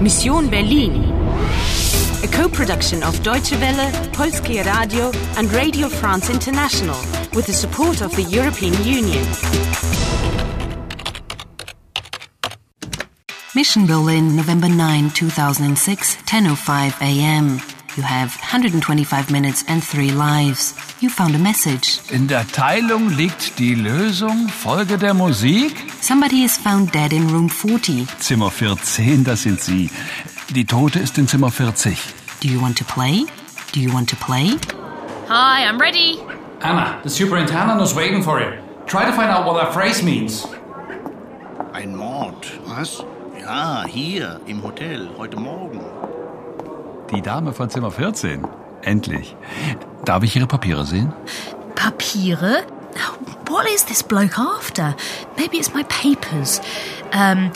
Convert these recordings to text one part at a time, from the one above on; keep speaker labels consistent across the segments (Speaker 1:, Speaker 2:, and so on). Speaker 1: Mission Berlin. A co-production of Deutsche Welle, Polskie Radio and Radio France International with the support of the European Union.
Speaker 2: Mission Berlin, November 9, 2006, 10.05 a.m. You have 125 minutes and three lives. You found a message.
Speaker 3: In der Teilung liegt die Lösung. Folge der Musik.
Speaker 2: Somebody is found dead in room 40.
Speaker 3: Zimmer 14, das sind Sie. Die Tote ist in Zimmer 40.
Speaker 2: Do you want to play? Do you want to play?
Speaker 4: Hi, I'm ready.
Speaker 5: Anna, the superintendent is waiting for you. Try to find out what that phrase means.
Speaker 6: Ein Mord. Was? Ja, hier im Hotel, heute Morgen.
Speaker 3: Die Dame von Zimmer 14. Endlich. Darf ich Ihre Papiere sehen?
Speaker 4: Papiere? What is this bloke after? Maybe it's my papers. Ähm,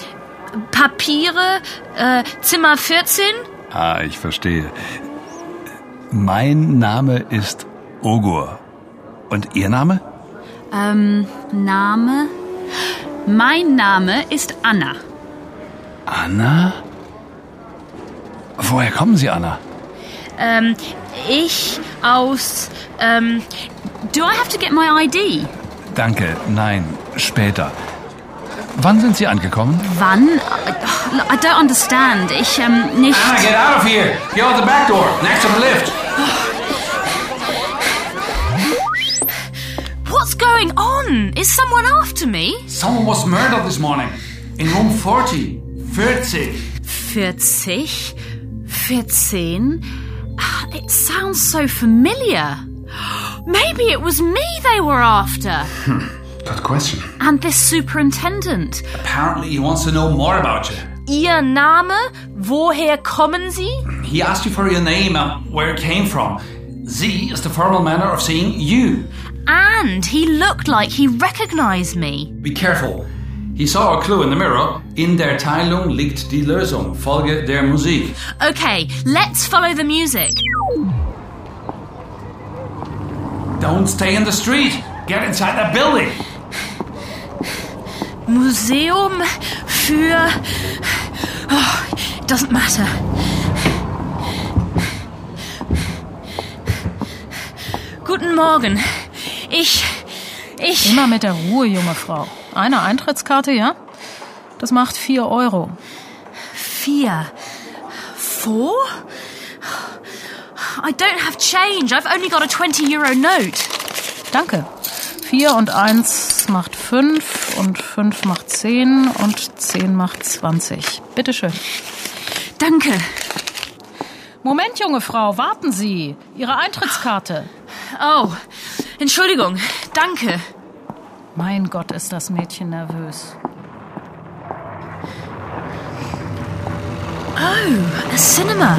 Speaker 4: Papiere, äh, Zimmer 14?
Speaker 3: Ah, ich verstehe. Mein Name ist Ogur. Und Ihr Name?
Speaker 7: Ähm, Name? Mein Name ist Anna.
Speaker 3: Anna? Woher kommen Sie, Anna?
Speaker 4: Ähm, ich aus, ähm,
Speaker 7: Do I have to get my ID?
Speaker 3: Danke, nein, später. Wann sind Sie angekommen?
Speaker 7: Wann? I don't understand. Ich, ähm, nicht.
Speaker 5: Anna, get out of here! Go out the back door, next to the lift!
Speaker 4: what's going on? Is someone after me?
Speaker 5: Someone was murdered this morning. In room 40. 40.
Speaker 7: 40? 14? Ah, It sounds so familiar. Maybe it was me they were after.
Speaker 5: Good question.
Speaker 7: And this superintendent.
Speaker 5: Apparently he wants to know more about you.
Speaker 4: Ihr Name? Woher kommen Sie?
Speaker 5: He asked you for your name and where it came from. Z is the formal manner of saying you.
Speaker 7: And he looked like he recognized me.
Speaker 5: Be careful. He saw a clue in the mirror. In der Teilung liegt die Lösung. Folge der Musik.
Speaker 7: Okay, let's follow the music.
Speaker 5: Don't stay in the street. Get inside the building.
Speaker 7: Museum für. Oh, doesn't matter. Guten Morgen. Ich. Ich.
Speaker 8: Immer mit der Ruhe, junge Frau. Eine Eintrittskarte, ja? Das macht vier Euro.
Speaker 7: Vier. Four? I don't have change. I've only got a 20 euro note.
Speaker 8: Danke. Vier und eins macht fünf und fünf macht zehn und zehn macht zwanzig. Bitteschön.
Speaker 7: Danke.
Speaker 8: Moment, junge Frau, warten Sie. Ihre Eintrittskarte.
Speaker 7: Oh, Entschuldigung. Danke.
Speaker 8: Mein Gott, ist das Mädchen nervös.
Speaker 7: A cinema.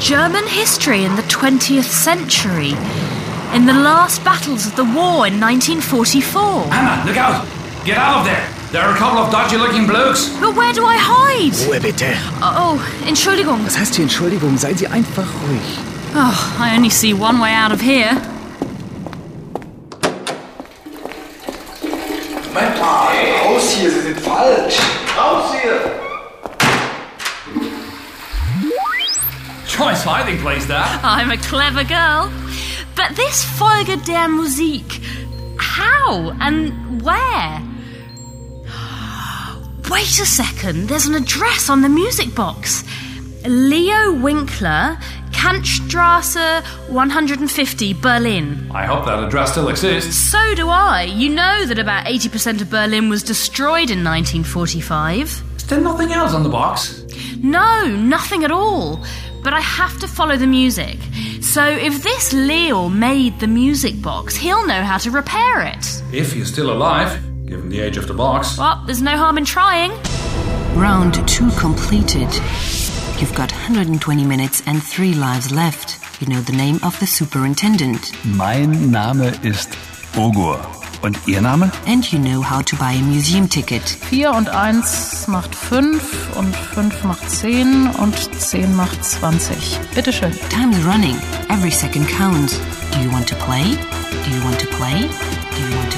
Speaker 7: German history in the 20th century. In the last battles of the war in 1944.
Speaker 5: Anna, look out! Get out of there! There are a couple of dodgy looking blokes.
Speaker 7: But where do I hide?
Speaker 9: Ruhe bitte.
Speaker 7: Oh, Entschuldigung.
Speaker 9: Was heißt hier Entschuldigung? Seien Sie einfach ruhig.
Speaker 7: Oh, I only see one way out of here.
Speaker 10: Moment mal, raus hier, Sie sind falsch. Raus hier!
Speaker 5: Choice hiding place there.
Speaker 7: I'm a clever girl. But this Folge der Musik, how and where? Wait a second, there's an address on the music box Leo Winkler, Kantstrasse 150, Berlin.
Speaker 5: I hope that address still exists.
Speaker 7: So do I. You know that about 80% of Berlin was destroyed in 1945.
Speaker 5: Is there nothing else on the box?
Speaker 7: No, nothing at all. But I have to follow the music. So if this Leo made the music box, he'll know how to repair it.
Speaker 5: If he's still alive, given the age of the box.
Speaker 7: Well, there's no harm in trying.
Speaker 2: Round 2 completed. You've got 120 minutes and three lives left. You know the name of the superintendent.
Speaker 3: Mein Name ist Ogur. Und Ihr Name?
Speaker 2: And you know how to buy a museum ticket.
Speaker 8: Vier und eins macht fünf und fünf macht zehn und zehn macht zwanzig. Bitteschön.
Speaker 2: Time's running. Every second counts. Do you want to play? Do you want to play? Do you want to